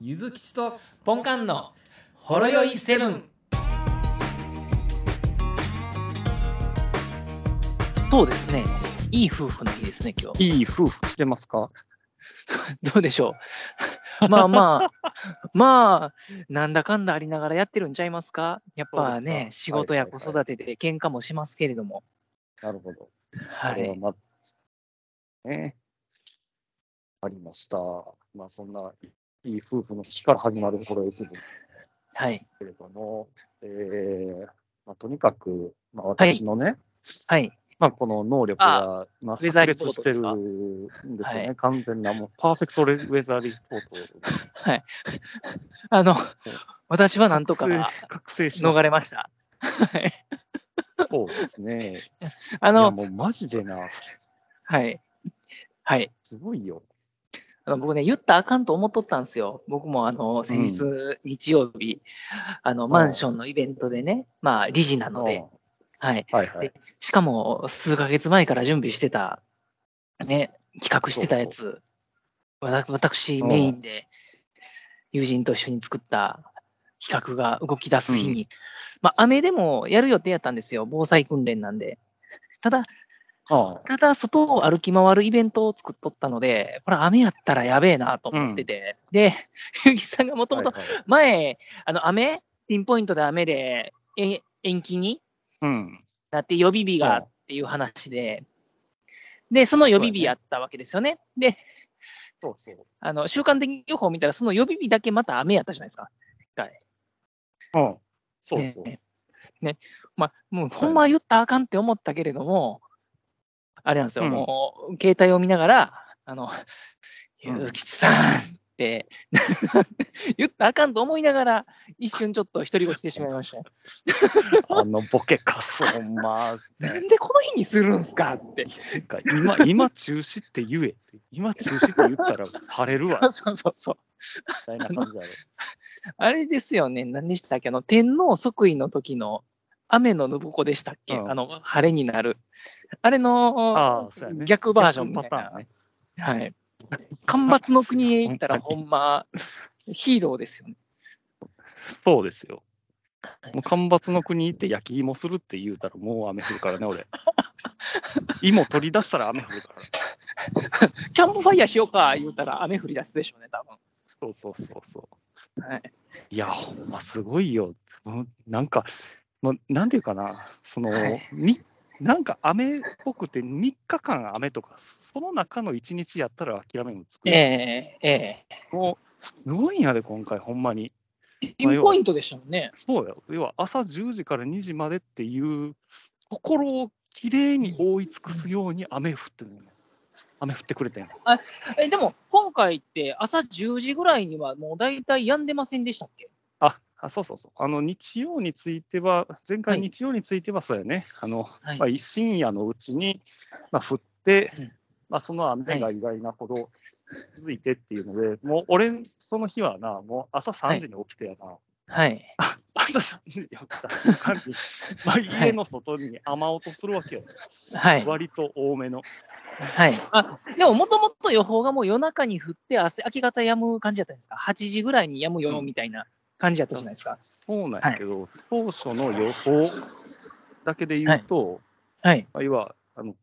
ゆずきちとポンカンのほろよいセブン。そうですね。いい夫婦の日ですね、今日。 いい夫婦してますかどうでしょう。 まあまあ、まあ、なんだかんだありながらやってるんちゃいますかやっぱそうですね、か仕事やはいは子いはい育てで喧嘩もしますけれども。なるほど。は。これはいまね。ありました。まあ、そんな、いい夫婦の日から始まるホロエスブですはい。けれども、えーまあ、とにかく、まあ、私のね、はい。まあ、この能力が、まあ、ウェザー炸リポ裂ートしてでるすかんですよね。は完全な、もう、パーフェクトレウェザーリポート。はい。 あの、私はなんとか覚醒しま逃したれました。はい。そうですね。 ああの、の、もうマジでな、はい。はい。すごいよ。あの僕ね、言ったらあかんと思っとったんですよ。僕もあの先日、日曜日、あのマンションのイベントでね、まあ、理事なので、うはい、んはいはいで。しかも数ヶ月前から準備してた、ね、企画してたやつ、わた私うんメインで友人と一緒に作った企画が動き出す日に、まあ、雨でもやる予定やったんですよ、防災訓練なんで。ただ、あただ、外を歩き回るイベントを作っとったので、これ雨やったらやべえなと思ってて、で、 ゆうきさんがもともとはいはい前、あの雨、ピンポイントで雨でえ延期にうん。なって予備日がうんっていう話で、で、その予備日やったわけですよね。で、そうそう。あの週間的予報を見たら、その予備日だけまた雨やったじゃないですか。うん。そうそう。ねねまあ、もうほんま言ったらあかんって思ったけれども、あれなんですよ、うんもう携帯を見ながら、あの、うんゆずきちさんって、 言ったらあかんと思いながら、一瞬ちょっと独り言してしまい ました。あのボケかそう、まあ、なんでこの日にするんすかって。なんか 今、今中止って言え。今中止って言ったら晴れるわ、みそうそうそう。たいな感じだろ。あれですよね、何でしたっけ、あの、天皇即位の時の雨のぬぼこでしたっけ、うんあの、晴れになる。あれあのあ、そうやね。逆バージョンみたい逆な。パターンね。はい。干ばつの国へ行 ったら、ほんま、ヒーローですよね。そうですよ。もう干ばつの国行って焼き芋するって言うたらもう雨降るから ね、俺。芋取り出したら雨降るから。キャンプファイヤーしようか、言うたら雨降り出すでしょうね、多そうそうそうそう。分。はい。いや、ほんますごいよ。うんなんか、ま、なんていうかな、その、はいみなんか雨っぽくて3日間雨とか、その中の1日やったら諦めもつく。ええええもう、すごいんやで、今回、ほんまに。ピンポイントでしたもんね。そうや、要は朝10時から2時までっていう、心をきれいに覆い尽くすように雨降ってるのよ雨降ってくれてん。え、でも、今回って朝10時ぐらいにはもう大体止んでませんでしたっけああそうそうそう、あの日曜については、前は回い日曜についてはそうやね、あのはいまあ、深夜のうちに、まあ、降って、うんまあ、その雨が意外なほど続いてっていうので、もう俺、その日はな、もう朝3時に起きてやな、はい。朝3時に起きた瞬間に、まあ、家の外に雨音するわけよ、はい。割と多めの。はい、あでも、もともと予報がもう夜中に降って、明日明け方やむ感じだったんですか、8時ぐらいにやむよみたいな感じだったじゃないですか。そうなんやけど、当初の予報だけで言うと、はい、まあ、要はあの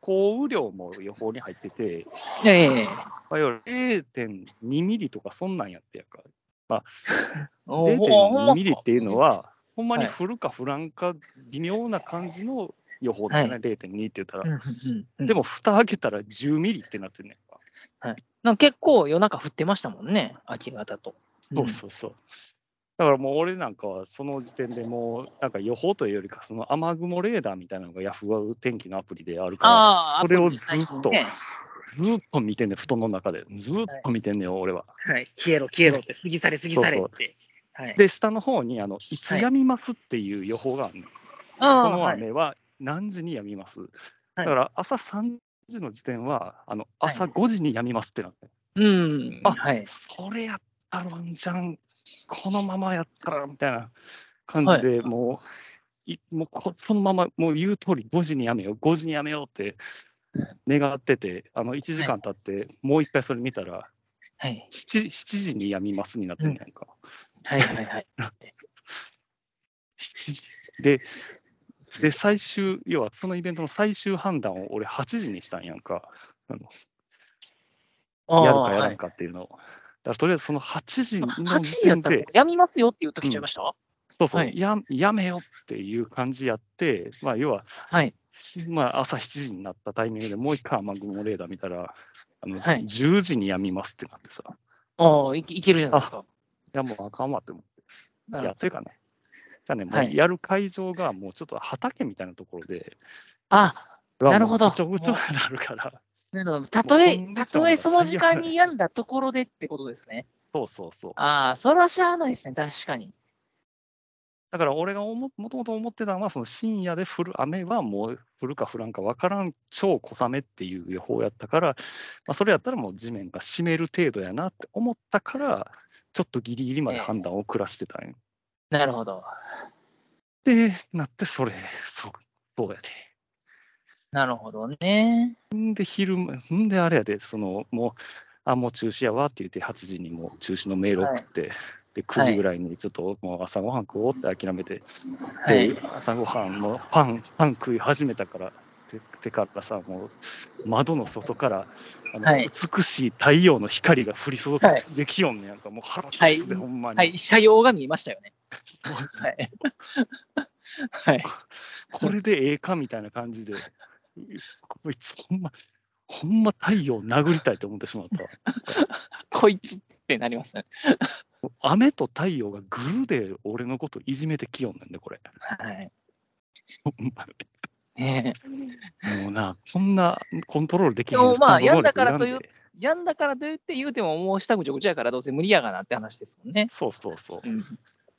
降雨量も予報に入ってて、ええまあ、要は0.2ミリとかそんなんやってやんか。おーほんまっ0.2ミすリかっていうのは、ほんまにはい降るか降らんか微妙な感じの予報だよね、は0.2って言ったうんら。うんうんでも、蓋開けたら10ミリってなってんねんか。なんか結構夜中降ってましたもんね、明け方と。そうそうそう。だからもう俺なんかはその時点でもうなんか予報というよりかその雨雲レーダーみたいなのが Yahoo 天気のアプリであるからあーそれをアプずリ最っ近と、ねずっと見てんねん布団の中でずっと見てんねんよ俺は。うんはい、消えろ、消えろって、過ぎ去れ、過ぎ去れそうって。はい、で下の方にあのいつやみますっていう予報があるの、あこーのはい、雨は何時にやみます、いだから朝3時の時点は、あの朝は5時にやみますってなって、うん、あはい、それやったらワンチャン、このままやったらみたいな感じで、もう、いもうこそのまま、もう言う通り、5時にやめよう、5時にやめようって願ってて、あの1時間経って、もう一回それ見たら、はい。 7, 7時にやみますになってんね やんか。はいはいはい。 7時で、で、最終、要はそのイベントの最終判断を俺8時にしたんやんか。あのやるかやらんか。かっていうのを。だからとりあえずその8時はいの8時時やっ点たらもでう、やみますよって言うときちゃいました、そうそう、はいや、やめよっていう感じやって、まあ、要は、はい。しまあ、朝7時になったタイミングでもう一回雨雲レーダー見たら、あのはい10時にやみますってなってさ、いああ、いけいけるじゃないですか。や、もうあかんわって思なるほって、やどってかね、じゃあね、もはういやる会場がもうちょっと畑みたいなところで、あ、なるほどうわもうぐちょぐちょになるから、なるほど。たとえもうコン、デたィシとョンがえその時間に病んだところでってことですね。そうそうそう。ああ、それはしゃあないですね、確かに。だから俺がおももともと思ってたのは、その深夜で降る雨はもう降るか降らんか分からん超小雨っていう予報やったから、まあ、それやったらもう地面が湿める程度やなって思ったから、ちょっとギリギリまで判断を下してたんよなるほど。で、なって、それ、そう、そうやなるほどね。で。んで、昼間、んで、あれやで、その、もう、あ、もう中止やわって言って、8時にもう中止のメール送って、で、9時ぐらいにちょっともう朝ごはん食おうって諦めて、はいで、。朝ごはんもパン、パン食い始めたから、ててからさ、もう、窓の外から、あのはい美しい太陽の光が降り注いはいできよんねやんか、もう腹立つで、はいほんまに。はい、車用が見えましたよ ね。はい。 はい。これでええかみたいな感じで、 こいつ、ほんま、ほんま太陽殴りたいと思ってしまった。こいつってなりましたね。雨と太陽がグルで俺のこといじめてきよんなんで、これ。はい。ほんまねえにもうな、こんなコントロールできへんでもまあ人の能力やんだからという恨んでやんだからと言って言うても、もう下ぐちゃぐちゃやからどうせ無理やがなって話ですもんね。そうそうそう。うん、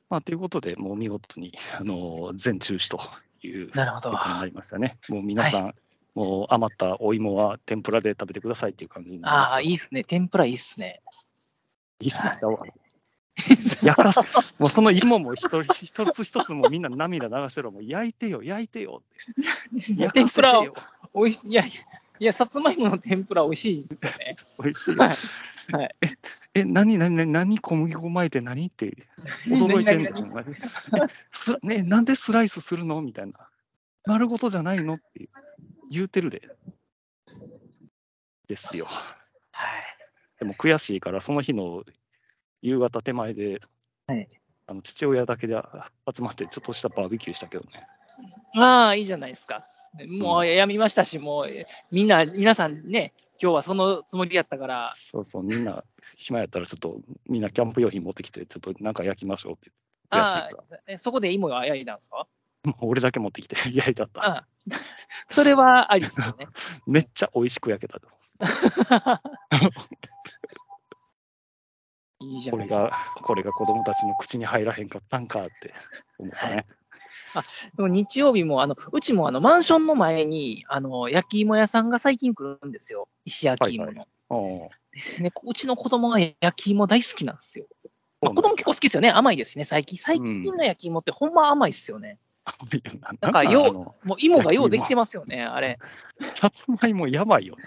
まあ、ということで、もう見事に、あのー全中止というなるほど。ことになありましたね。もう皆さん、もう余ったお芋は天ぷらで食べてくださいっていう感じになりました。あ、いいっすね。天ぷらいいっすね。いいっすね。や焼かす、もうその芋も一人一つ一つもうみんな涙流してるもう焼いてよ、焼いてよって。焼かせ天てぷらよ。おいしい。いや、いや、さつまいもの天ぷら美味しいですよね。美味しいよ。はいはいえ、何、何、何、何、小麦粉巻いて何って驚いてんだよ、お前。 すね、なんでスライスするのみたいな。丸ごとじゃないのって言うてるで。ですよ。はい。でも悔しいから、その日の夕方手前で、はいあの父親だけで集まって、ちょっとしたバーベキューしたけどね。ああ、いいじゃないですか。もううやみましたし、もうみんな、皆さんね、今日はそのつもりやったから、そうそう、みんな、暇やったら、ちょっと、みんなキャンプ用品持ってきて、ちょっとなんか焼きましょうって言って。悔あしいか。あえそこで芋が焼いたんですから もう俺だけ持ってきて、焼いてあった。ああ それはありですよ ね。めっちゃ美味しく焼けた。いいじゃこなれいですか。が、これが子供たちの口に入らへんかったんかって思ったね。でも日曜日も、あのうちもあのマンションの前にあの焼き芋屋さんが最近来るんですよ、石焼き芋の。はいうんね、うちの子供が焼き芋大好きなんですよ。そうなん子だ供結構好きですよね、甘いですしね、最近。最近の焼き芋ってほんま甘いですよね。なんかようあのもう芋がようできてますよね、あれ。さつまいもやばいよ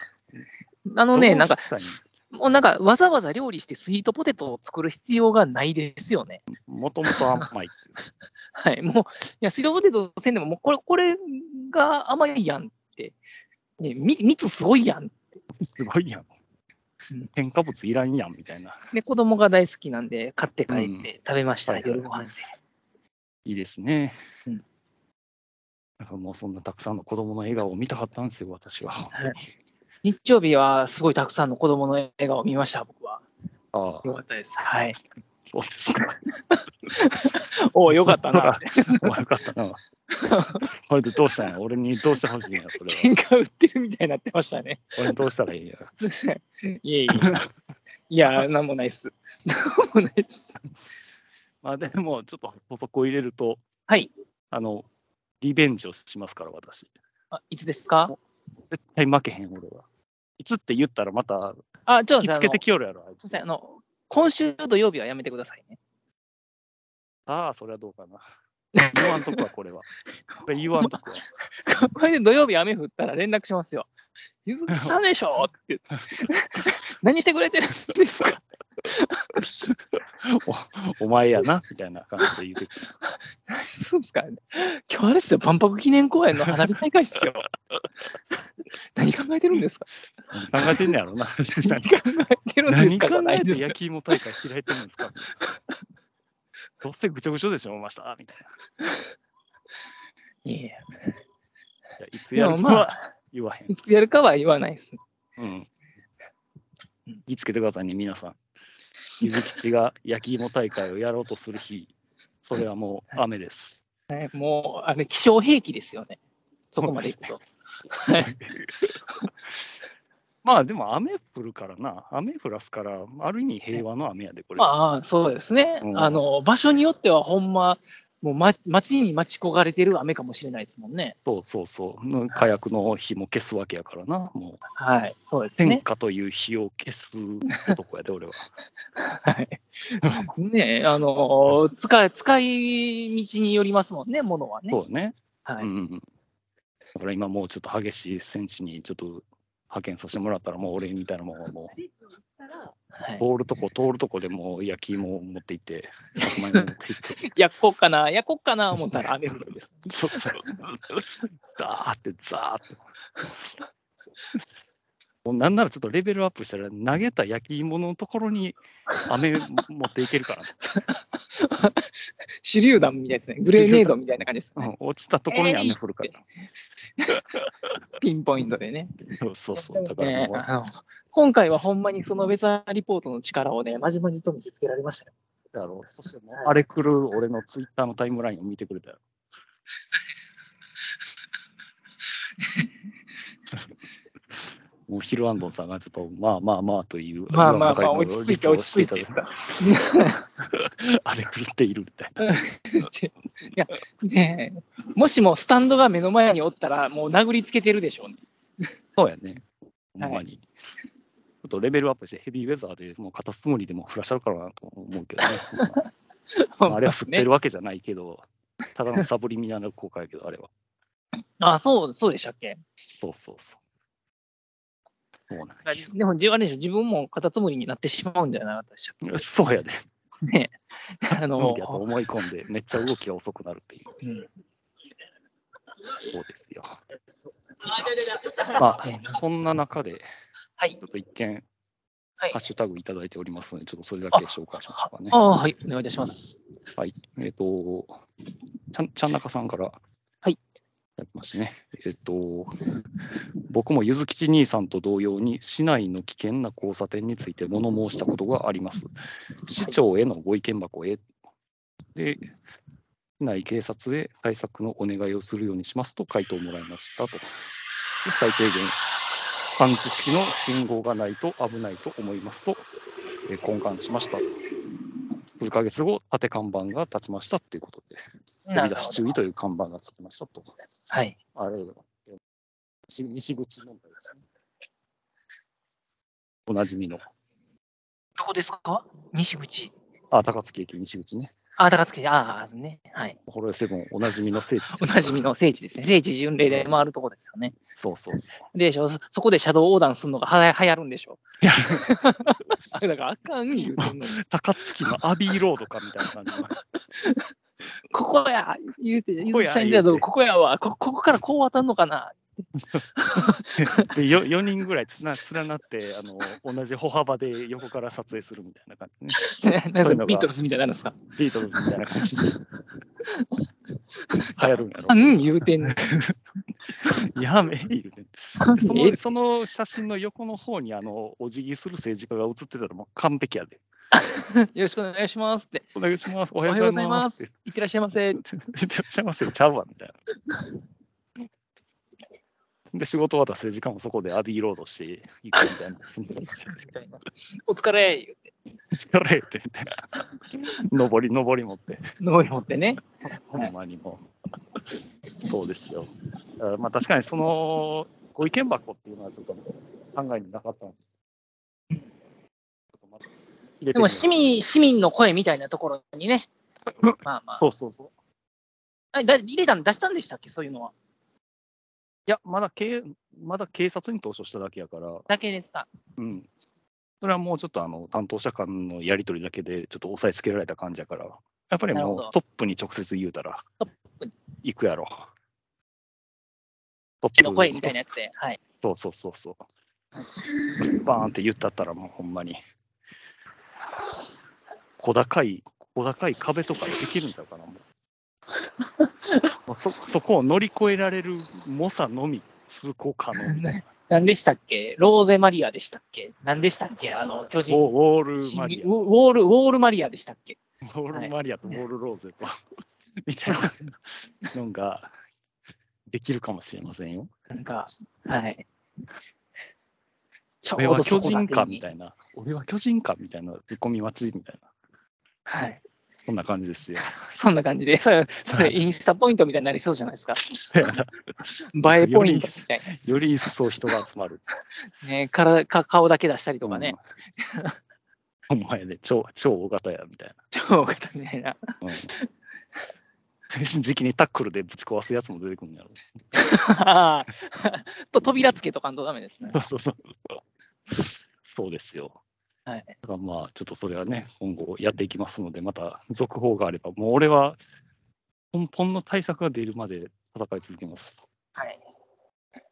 な。あのね、どなうんか、したいもうなんかわざわざ料理してスイートポテトを作る必要がないですよね。のもともと甘いっていう。はい。 もう、いや、スイートポテトせんでも、もうこれ、これが甘いやんって。ね、み蜜すごいやん。すごいやんうん。添加物いらんやんみたいな。で、子供が大好きなんで、買って帰って食べました、はいはい夜ご飯で。いいですねうん。なんかもうそんなたくさんの子供の笑顔を見たかったんですよ、私は。本当に日曜日はすごいたくさんの子供の笑顔を見ました、僕は。ああ、よかったです。はい。そうですか。おお、よかった な。悪かったな。それでどうしたんや俺にどうしてほしいんや、それは。喧嘩売ってるみたいになってました ね。俺にどうしたらいいんや。いえいえ。いや、なんもないっす。 なんもないっす。まあでも、ちょっと補足を入れると、はい。あの、リベンジをしますから、私。あいつですか絶対負けへん、俺は。いつって言ったらまた、あ、ちょっ引きとつあけのてきよるやろ、あいすつみません、あの、今週土曜日はやめてくださいね。ああ、それはどうかな。 言わんとこは、これは。これ言わんとこは。これで土曜日雨降ったら連絡しますよ。ゆずきさんでしょって 何してくれてるんですかおお前やな、みたいな感じで言ってくる。何すんすか今日あれですよ、万博記念公園の花火大会っす よ。何考えてるんですか考えてんねや ろな。何考えてるんです何か考じゃなえいでてすよ焼。き芋大会開いてるんですかどうせぐちょぐちょでしょ、ましたみたいな。いやいやいやいつでやもるとまはあ、言わへん。いつやるかは言わないです。ううんん。気つけてくださいね、皆さん。ゆずきちが焼き芋大会をやろうとする 日、それはもう雨です。ねもう、あれ、気象兵器ですよね。そこまでいくと。まあでも雨降るからな、雨降らすから、ある意味平和の雨やで、これ。まあ、そうですね。うんあの、場所によっては、ほんま、もう、ま、街に待ち焦がれてる雨かもしれないですもんね。そうそうそううん、火薬の火も消すわけやからな、もうはい、そうです天ね。下という火を消す男やで、俺は。はい。ねあの、使い、使い道によりますもんね、ものはね。そうだね。はうい。んうん。だから今もうちょっと激しい戦地にちょっと派遣させてもらったら、もう俺みたいなもんはもはう、い、通るとこ通るとこでもう焼き芋を持って行って、100万円持って行 って、焼こっかな、焼こっかな、思ったら雨降るんです。 そうそう、ダーってザーって。もうなんならちょっとレベルアップしたら、投げた焼き芋のところに飴持っていけ るからね。手榴弾みたいですね。グレネードみたいな感じですうね。ん落ちたところに雨降るから。ピンポイントでね。そうそう。だからねもう、あの今回はほんまにそのウェザーリポートの力をね、まじまじと見せつけられましたよ。だろう。そしてもう、あれ来る俺のツイッターのタイムラインを見てくれたよ。もうヒルアンドンさんがちょっと、まあまあまあという、まあまあまあ裏の中に落ち着いて落ち着いてリプをしていただいてあれ狂っているみたいな。いや、ねえもしもスタンドが目の前におったら、もう殴りつけてるでしょうね。そうやね。ほんはまいに。ちょっとレベルアップしてヘビーウェザーでもう片つもりでもフラッシュあるからなと思うけどね。 まああれは振ってねるわけじゃないけど、ただのサブリミナル効果やけど、あれは。あそう、そうでしたっけそうそうそう。そうなんやでも、じあれでしょ、自分もカタツムリになってしまうんじゃなかったでしょうよしそ うやで。か ね。あ無の理やと、思い込んで、めっちゃ動きが遅くなるっていう。うんそうですよ。まあ、そんな中で、はいちょっと一見、はいハッシュタグいただいておりますので、ちょっとそれだけ紹介しましょうかねあ。あ、はい、お願いいたします。はい。えっ、と、ちゃん、ちゃんなかさんから。はい。やってましたね。えっ、と、僕もゆずきち兄さんと同様に、市内の危険な交差点について物申したことがあります。市長へのご意見箱へ。で、市内警察へ対策のお願いをするようにしますと回答をもらいましたと。で最低限、感知式の信号がないと危ないと思いますと、えー懇願しました。数ヶ月後、縦看板が立ちましたということで、飛び出し注意という看板がつきましたと。はい。あれ、西西口問題ですね。おなじみの、どこですか西口。あ、高槻駅西口ね。あ、高槻、ああ、ね。はい。ホロエセブン、おなじみの聖地。おなじみの聖地ですね。聖地巡礼で回るとこですよね。そうそうそう。でしょ、そそこでシャドウ横断するのがはや流行るんでしょ。いやあだからあかん言うてんのに。高槻のアビーロードかみたいな感じの。ここや言うて、ゆこずきこやさん言うてた言ぞ、うてここやわ。こここからこう渡んのかな。 でよ4人ぐらいつな連なってあの、同じ歩幅で横から撮影するみたいな感じね。なんそかういうのがビートルズみたいになるんですか。ビートルズみたいな感じで。 流行るんだろあうん言うてんの に。やめ言うてんでそえのその写真の横の方にあのお辞儀する政治家が写ってたらもう完璧やで。よろしくお願いしますって。お願いします。おおははよようごうござざいいまますすって。。いってらっしゃいませ。いらっしゃいませ。ちゃうわみたい な。で、仕事終わったら政治家もそこでアビーロードしていくみたいな。お疲れ。言うて疲れて みたいな。上り、上り持って。上り持ってね。ほんまにもう。そうですよ。あまあ確かにそのご意見箱っていうのはちょっと考えになかったんで。ででも市民市民の声みたいなところにね。まあまあ。そうそうそう。あだ入れたん出したんでしたっけ、そういうのは。や、まだ警まだ警察に投書しただけやから、だけですか。うん、それはもうちょっとあの担当者間のやり取りだけで、ちょっと押さえつけられた感じやから、やっぱりなるほもどうトップに直接言うたらトップに、行くやろ。トッ血の声みたいなやつで、はい。そうそうそうそう。バーンって言ったったらもうほんまに、小高い、小高い壁とかできるんちゃうかな、もう。もうそそこを乗り越えられる猛者のみ通行可能みたいな。 何でしたっけローゼマリアでしたっけ何でしたっけあの、巨ウォ人。ーウォールマリアウ。ォウォール、ウォールマリアでしたっけボールマリアとボールローゼと、みたいなのができるかもしれませんよ。なんか、はい。ち俺は巨そこだ人けかにみたいな、俺は巨人かみたいな、突っ込み待ちみたいな、はい。そんな感じ ですよ。そんな感じで、それ、それインスタポイントみたいになりそうじゃないで すか。映えポイントみたいより一層人が集まる。な。ね、からか顔だけ出したりとかね、 うん。お前ね、超超大型やみたい超型みたいな。な。うん、時期にタックルでぶち壊すやつも出てくるんやろ。 あー と扉つけとかんとダメですね。そうそうそう。そうですよ。はいだからまあ、ちょっとそれはね、今後やっていきますので、また続報があれば、もう俺は、根本の対策が出るまで戦い続けます。はい。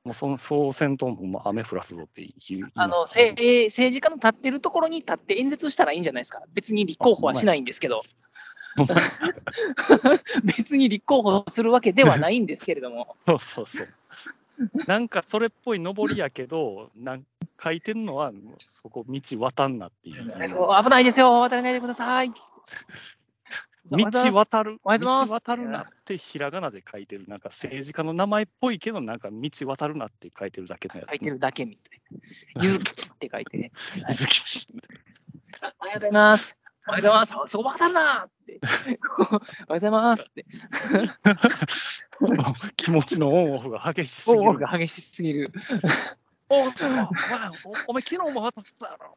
もうその総選闘ももう雨降らすぞって言う。あのせ政治家の立ってるところに立って演説したらいいんじゃないですか。別に立候補はしないんですけどほんま。 別に立候補するわけではないんですけれども、そうそうそう。なんかそれっぽい上りやけど、なん書いてるのは、そこ道渡んなっていう。そう危ないですよ、渡らないでください。道渡る、おはようござい道ます渡るなってひらがなで書いてる、なんか政治家の名前っぽいけど、なんか道渡るなって書いてるだけのやつ。書いてるだけみたいな。ゆずきちって書いて、はい水吉おはようございます。おはようございます。あそこ渡るな って。おはようございますって。気持ちのオンオフが激しすぎる。オが激しすぎる。オンオフお前おお前、昨日も渡ったやろ。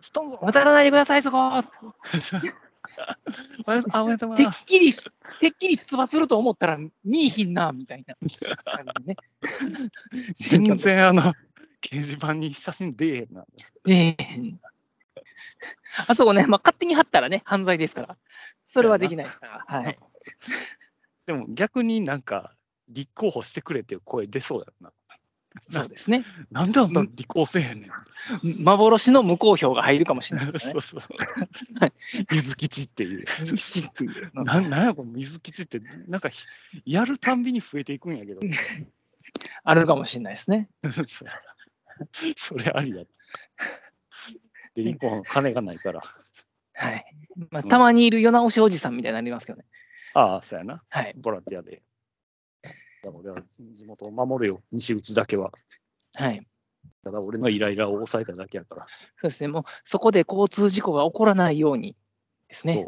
ストンぞ。渡らないでください、そこお前あ おめでとうござていっます。きり、てっきり出馬すると思ったら、見いひんな、みたい な感じね。全然あの、掲示板に写真出えへんな。ねえあそこね、まあ、勝手に貼ったらね、犯罪ですから。それはできないですから。 はい。でも逆になんか、立候補してくれっていう声出そうやろな。そうですね。ななんであんた立候補せえへんねん。幻の無効票が入るかもしれないです ね。そうそう。水吉っていう。ズキチっていうのがななんやこの水吉って、なんかひやるたんびに増えていくん やけど、あるかもしれないですね。そうそれありや。で、日本は金がないから。はい。まあ、うんたまにいる世直しおじさんみたいになりますけどね。ああ、そうやな。はい。ボランティアで。だから俺は地元を守るよ、西口だけは。はい。ただ俺のイライラを抑えただけやから。そうですね。もう、そこで交通事故が起こらないようにですね。そう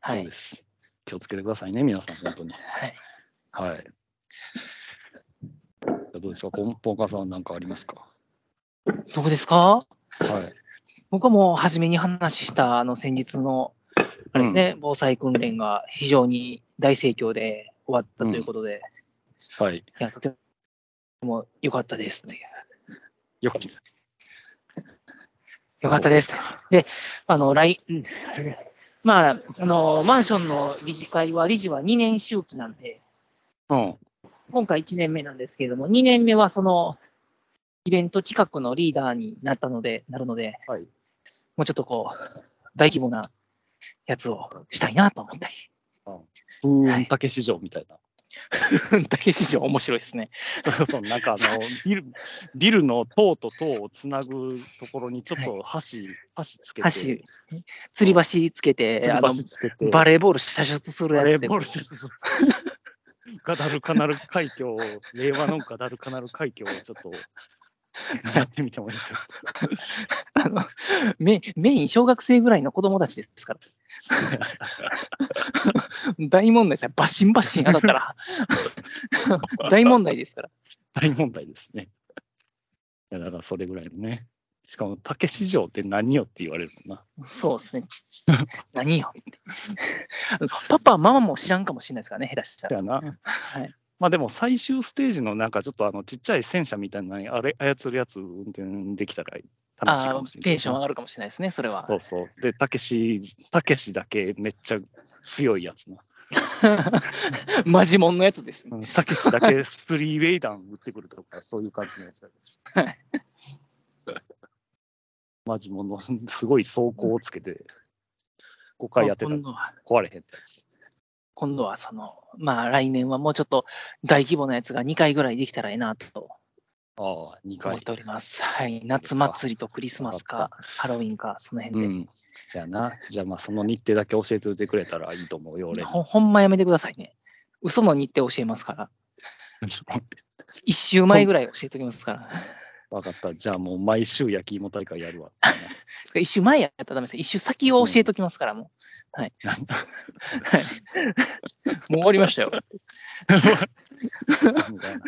はそういで。す。気をつけてくださいね、皆さん、本当に。はい。はい。じゃあどうですか、ポンポンカンさんは何かありますかどうですかはい。僕はもう初めに話した、あの、先日の、あれですね、防災訓練が非常に大盛況で終わったということで、はい。いや、とても良かったですという。よかった。良かったです。で、あの、来、うんまあ、あの、マンションの理事会は、理事は2年周期なんで、うん。今回1年目なんですけれども、2年目はその、イベント企画のリーダーになったので、なるので、はい。もうちょっとこう、大規模なやつをしたいなと思ったり。うーん、たけし城みたいな。 だけ市場面白いですね。そうそう、なんかあの、ビル、ビルの塔と塔をつなぐところに、ちょっと箸、箸つけ橋、て、吊り橋つけて、あ吊のり橋つけて、バレーボール射出するバレやつーでボールです。ガダルカナル海峡を、令和のガダルカナル海峡をちょっとやってみても いいですよ。あのメメイン小学生ぐらいの子供たちです から。大問題ですよ。バシンバシン当たった ら大問題ですから。大問題ですね。いやだからそれぐらいのね。しかも、たけし城って何よって言われるもんな。そうですね。何よ。パパ、ママも知らんかもしれないですからね、下手しただら。よな。はいまあでも最終ステージのなんかちょっとあのちっちゃい戦車みたいなのあれ操るやつ運転できたら楽しいかあもしーれテない。ンション上がるかもしれないですね、それは。そうそう。で、たけし、たけしだけめっちゃ強いやつな。 マジモンのやつですね。うんたけしだけスリーウェイ弾打ってくるとか、そういう感じのやつだけどはい マジもの、すごい走行をつけて、5回やってたら今度は、壊れへんってやつ。今度はその、まあ来年はもうちょっと大規模なやつが2回ぐらいできたらいいなとああ、2思回っ。ております。はい。夏祭りとクリスマスわか、ハロウィンか、そのう辺で。ん。そやな。じゃあまあ、その日程だけ教えておいてくれたらいいと思うよ、俺。ほほんまやめてくださいね。嘘の日程教えますから。一週前ぐらい教えておきますから。わかった。じゃあもう毎週焼き芋大会や るわ。一週前やったらダメです。一週先を教えておきますから、もう。 はい。はいもう終わりましたよ。みたいな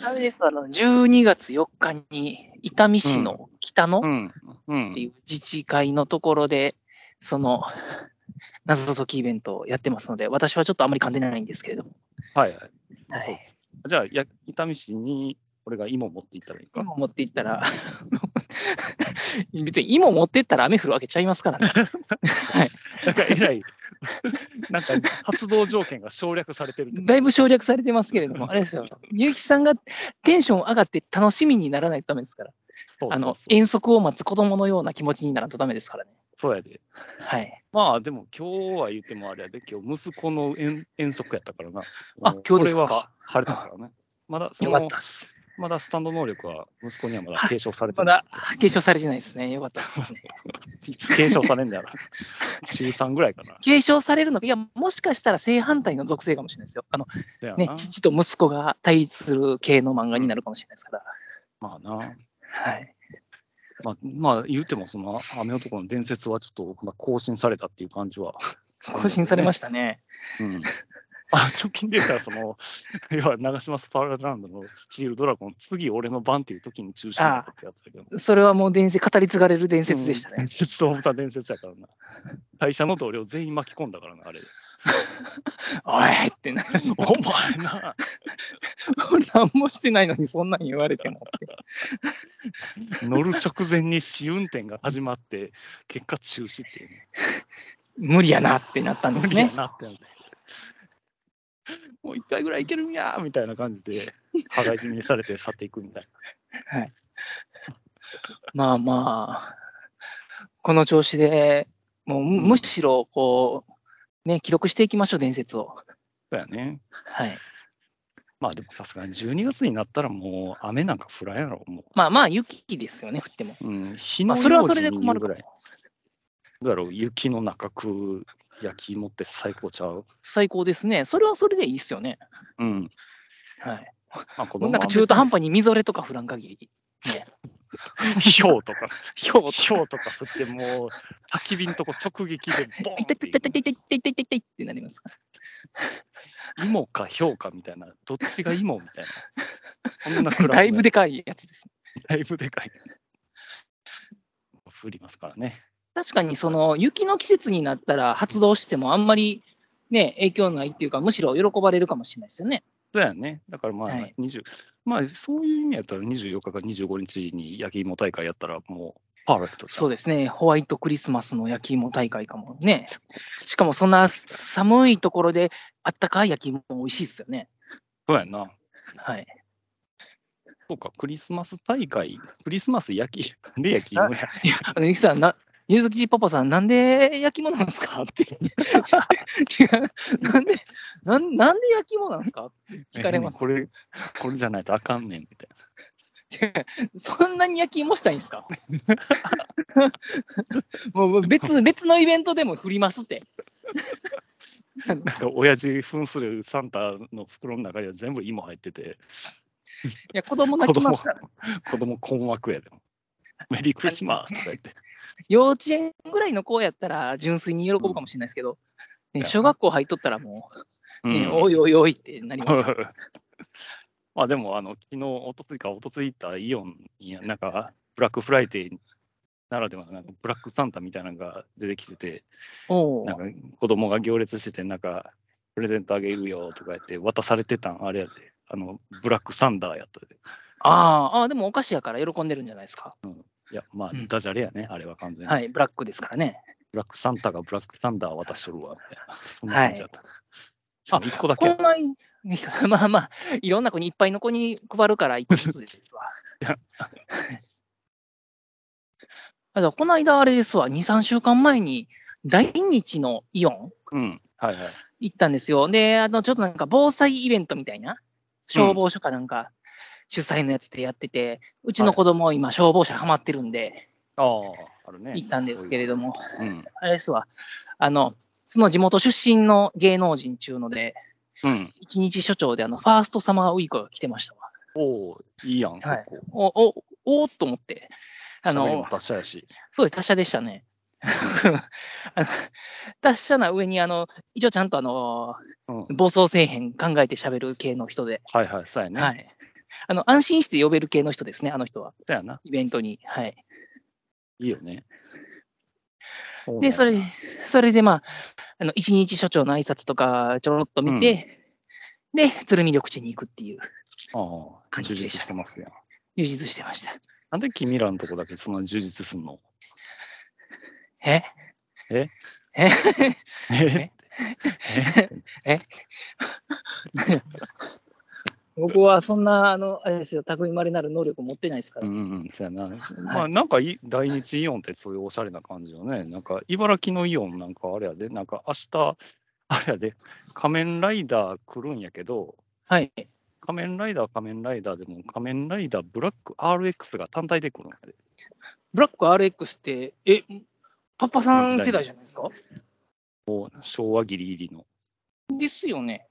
ダメです。あの、12月4日に、伊丹市の北野っうん。うんて。いう自治会のところで、その、謎解きイベントをやってますので、私はちょっとあまり噛んでないんですけれども。はいはい。はそうい。じゃあ、や伊丹市に俺が芋持って行ったらいいか。芋持っていったら、 別に芋持ってったら雨降るわけちゃいますからね。 なんかえらい、なんか発動条件が省略されてる。 だいぶ省略されてますけれども、あれですよ、結城さんがテンション上がって楽しみにならないとダメですから、そうあそうのそう遠足を待つ子供のような気持ちにならんとダメですからね。そうやで。はい。まあでも今日は言ってもあれやで、今日息子の遠遠足やったからな。あ今日ですかこれは晴れたからね。まだそよかっのた、です。まだスタンド能力は息子にはまだ継承されてまない。だ継承されてないですね。よかったですね。継承されんだよ。 中3ぐらいかな。継承されるのか、いや、もしかしたら正反対の属性かもしれないですよ。あのだよねな、父と息子が対立する系の漫画になるかもしれないですから。まあな。はい。まあ、まあ、言っても、その、雨男の伝説はちょっと、まあ、更新されたっていう感じは。更新されまししたね。た。うん。 あ、直近で言ったら、その、 いや、長島スパーランドのスチールドラゴン、次俺の番っていう時に中止になったってやつだけど。それはもう伝説、語り継がれる伝説でしたうん伝ね。説とさ伝説やからな。会社の同僚全員巻き込んだからな、あれ。おいってな、 お前な、俺何もしてないのにそんなん言われてもって。乗る直前に試運転が始まって、結果中止っていうね。無理やなってなったんで無す理やね。なってなって。もう一回ぐらいいけるんやーみたいな感じで、羽交い締めにされて去っていくみたいまあまあ、この調子で、もうむむしろ、こう、ね、記録していきましょう、伝説を。な。そうやね。はい。まあでもさすがに12月になったらもう雨なんか降らんやろ、もまあまあ、雪ですよね、降っても。う。うん、日まのあ、それは用それで心に困言うるぐかららい。。だろう、雪の中食う焼き芋って最高ちゃう。最高ですね。それはそれでいいっすよね。うん。はい。まあ、こなんか中途半端にみぞれとか降らん限り。ね、ひょうとか、ひょうとか。ひょうとか降って、もう、焚き火のとこ直撃で、ボンいたっいたていいたいたういたいたいたいたいたってなりますから。芋かひょうかみたいな、どっちが芋みたい な。そんなクラスのやつだいぶでかいやつです。だいぶでかい。降りますからね。確かにその雪の季節になったら発動してもあんまりね、影響ないっていうか、むしろ喜ばれるかもしれないですよね。そうやね。だからまあ、はい20、まあ、そういう意味やったら24日か25日に焼き芋大会やったら、もう、パーフェクトそうでですね、ホワイトクリスマスの焼き芋大会かもね。しかもそんな寒いところであったかい焼き芋美味しいですよね。そうやな。はい。そうか、クリスマス大会、クリスマス焼き、で焼き芋や。いや、あの、ゆきさん、な、ゆずきちパパさん、なんで焼き芋なんですかって。いやなんで、なんなんで焼き芋なんですかって 聞かれます。これ、これじゃないとあかんねんみたいな。そんなに焼き芋したいんですかもう別別のイベントでも振りますって。なんか親父扮するサンタの袋の中には全部芋入ってて、いや、子供泣きますから。子供困惑やで。メリークリスマスとか言って。幼稚園ぐらいの子やったら純粋に喜ぶかもしれないですけど、ね、小学校入っとったらもう、ねうん。おいおいおいってなります まあでも、あの昨日、おとついか、おとつい行ったイオンに、なんか、ブラックフライデーならではのなんかブラックサンタみたいなのが出てきてて、おおなんか子供が行列してて、なんかプレゼントあげるよとか言って渡されてたん、あれやで、あのブラックサンダーやったで。あーあー、でもお菓子やから喜んでるんじゃないですか。いや、まあうん、ダジャレやね、あれは完全に。はい、ブラックですからね。ブラックサンタがブラックサンダー渡しとるわ、みたいな。そんな感じだった。はあ、い1個だこけの。前に、 まあまあ、いろんな子にいっぱいの子に配るから、一個ずつです わいや。あじゃあこの間、あれですわ、2、3週間前に、大日のイオンうん。はいはい。行ったんですよ。で、あの、ちょっとなんか防災イベントみたいな、消防署かなんか主催のやつでやってて、うちの子供、今、消防車ハマってるんで、ああ、あるね。行ったんですけれども、そういうの。あれですわ、あの、その地元出身の芸能人中ので、うん。うん。一日署長であの、ファーストサマーウイークが来てましたわ。おーいいやん、結はい構。お、お、おーっと思って。ああのの、、達者やし。そうです、達者でしたね。 あの達者な上に、あの、一応ちゃんとあの、うん。暴走せえへん考えて喋る系の人で、はいはい、そうやね。はい。あの、安心して呼べる系の人ですね、あの人は。そうやな。イベントに。はい。いいよね。うなんやで、それ、それでまあ、あの、一日所長の挨拶とかちょろっと見て、で、鶴見緑地に行くっていう、ああ、感じ充でした実してますやん。充実してました。なんで君らのとこだけそんな充実す んのええええ僕はそんな、あの、あれですよ、類まれなる能力持ってないですかうら。んうん、そうやな。まあ、なんかい、大日イオンってそういうおしゃれな感じよね。なんか、茨城のイオンなんかあれやで、なんか明日、あれやで、仮面ライダー来るんやけど、はい。仮面ライダー仮面ライダーでも、仮面ライダーブラック RX が単体で来るんやで。ブラック RX って、え、パパさん世代じゃないですか昭和ギリギリの。ですよね。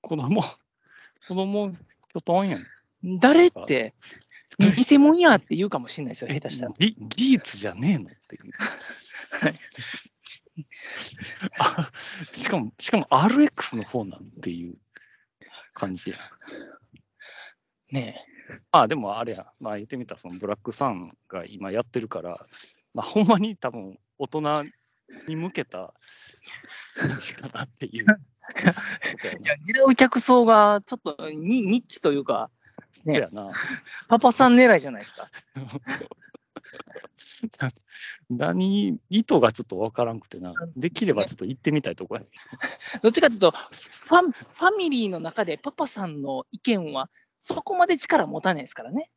子 供、子供、きょとん やん。誰って、偽物やって言うかもしれないですよ、下手したら。技技術じゃねえのっていう。 あしかも、しかも RX の方なんていう感じや。ねまあでもあれや、まあ言ってみたらそのブラックサンが今やってるから、まあほんまに多分大人に向けた話かなっていうことえ。いや、狙う客層が、ちょっとニニッチというか、ねやな。パパさん狙いじゃないですか。そうやな何意図がちょっとわからんくてな、できればちょっと行ってみたいとこや。どっちかというと、ファンファミリーの中でパパさんの意見は、そこまで力持たないですからね、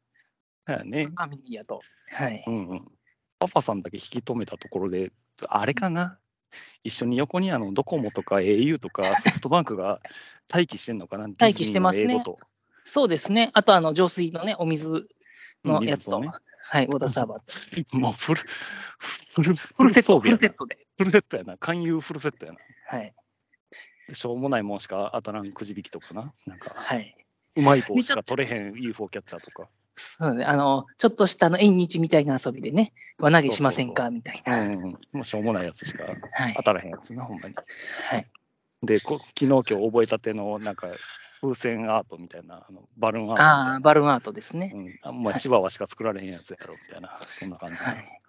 そうやねフ。ァミリーやと。はい。うんうん、パパさんだけ引き止めたところで、あれかな、一緒に横にあのドコモとか au とかソフトバンクが待機してんのかな、待機してますねディズニーの英語とそうですね。あと、あの、浄水のね、お水のやつと、うん水はい、ウォーターサーバーと。もうフル、フル、フフルルセッ装ト、フル備やセなッ。トで。フルセットやな。勧誘フルセットやな。はい。しょうもないもんしか当たらんくじ引きとかな。なんか、はい。うまい棒しか取れへん UFO キャッチャーとか。そうね、あの、ちょっとしたあの縁日みたいな遊びでね、輪投げしませんかみたいうな。ん、うん。もうしょうもないやつしかはい当。たらへんやつな、ほんまに。はいで、こ昨日今日覚えたての、なんか、風船アートみたいな、あのバルーンアートみたいなああ、バルーンアートですね。うん、あんまチワワしか作られへんやつやろみたいな、そんな感じ。はい。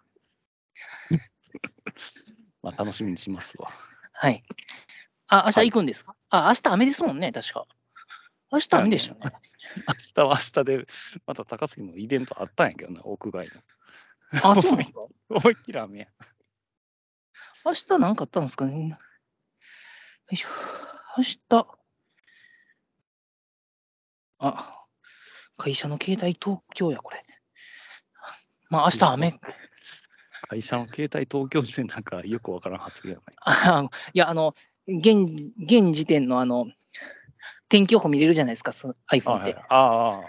まあ、楽しみにしますわ。はい。あ、明日行くんですか、あ、明日雨ですもんね、確か。明日雨でしたね。明日は明日で、また高槻のイベントあったんやけどな、屋外あ、そうなんですかの。思いっきり雨や。明日何かあったんですかねよいしょ。明日。あ、会社の携帯東京や、これ。まあ、明日雨。 会社の携帯東京時点なんかよくわからん発言やない。あいや、あの、現、現時点のあの、天気予報見れるじゃないですか、その iPhone って。ああ、ああ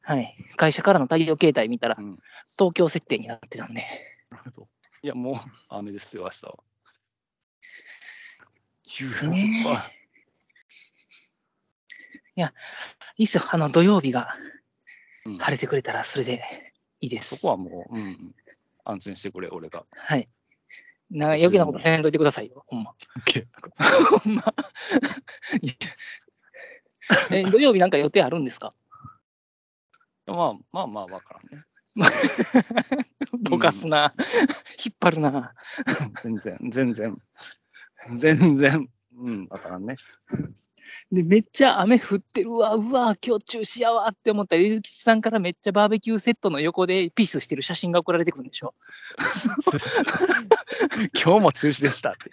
はい。会社からの対応携帯見たら、うん東京設定になってたんで。いや、もう雨ですよ、明日は。ねえ10そっかいいっすよ、あの、土曜日がうん晴れてくれたら、それでいいです。そこはもう、うん、安心してくれ、俺が。はい。な余計なことせんといてくださいよ、ほんま。ほん ま。いや え、土曜日なんか予定あるんですかまあまあまあ、わからんね。ぼかすな。引っ張るな。全然、全然、全然、うん、だからね。で、めっちゃ雨降ってるわ、うわ、今日中止やわって思ったら、ゆうきちさんからめっちゃバーベキューセットの横でピースしてる写真が送られてくるんでしょ。今日も中止でした って。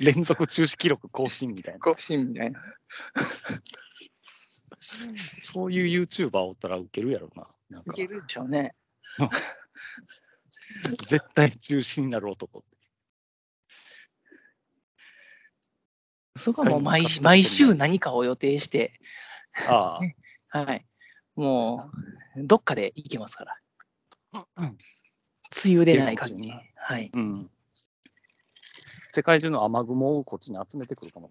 連続中止記録更新みたいな。更新みたいな。そういう YouTuber おったらウケるやろうな。なんいかけるでしょうね。絶対中止になる男。そこはもう毎毎週何かを予定して、あはい。もう、どっかで行けますから。あ。うん梅雨でない限出るりかもし。はい。うん。世界中の雨雲をこっちに集めてくるかも。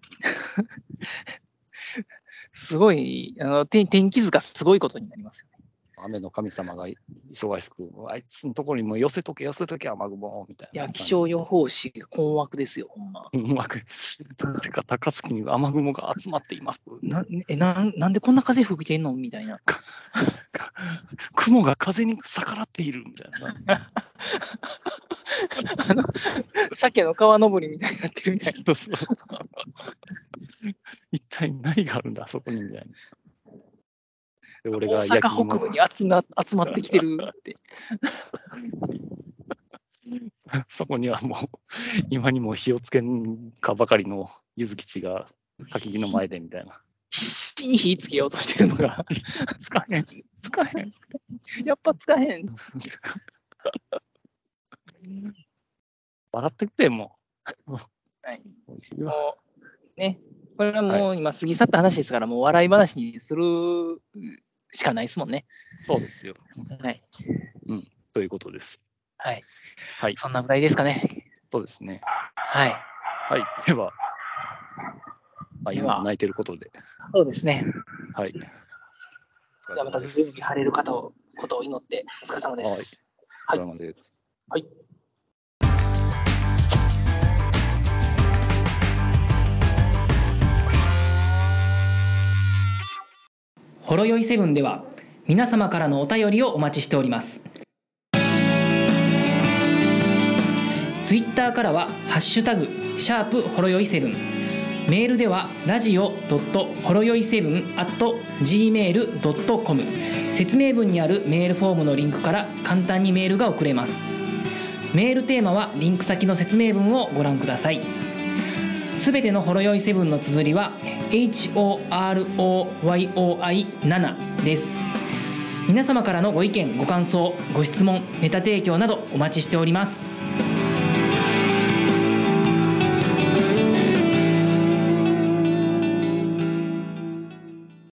すごい、あの天天気図がすごいことになりますよね。雨の神様が忙しく、あいつのところにも寄せとけ、寄せとけ、雨雲をみたいいな。や、気象予報士、困惑ですよ、ほんま。 うまく、なぜか高槻に雨雲が集まっています。なえなんなんでこんな風吹いてんのみたいな。か雲が風に逆らっているみたい な。 鮭の川登りみたいになってるみたいな。そうそう一体何があるんだ、あそこにみたいな。で俺大が焼き阪北芋部に集ま集まってきてるって。そこにはもう、今にも火をつけんかばかりのゆずきちが焚き火の前でみたいな。必死に火つけようとしてるの が、つかへん、つかへん。やっぱつかへん。 笑ってくれ、もはい、う。もうね、これはもう今過ぎ去った話ですから、もう笑い話にするしかないですもんね。そうですよ。はい。ということです。はい。はい、そんなぐらいですかね。そうですね。はい。はい、では、あでは今泣いてることで、そうですね。はい。じゃあまたお無疲事に晴れる方を、ことを祈って、お疲れ様です。れ様です。はい。ほろよいセブンでは皆様からのお便りをお待ちしておりますツイッターからは「ハッシュタグシャープほろよいセブン」メールではラジオドットほろよいセブン at gmail.com 説明文にあるメールフォームのリンクから簡単にメールが送れますメールテーマはリンク先の説明文をご覧くださいすべてのほろ酔いセブンの綴りは HOROYOI7 です皆様からのご意見ご感想ご質問ネタ提供などお待ちしております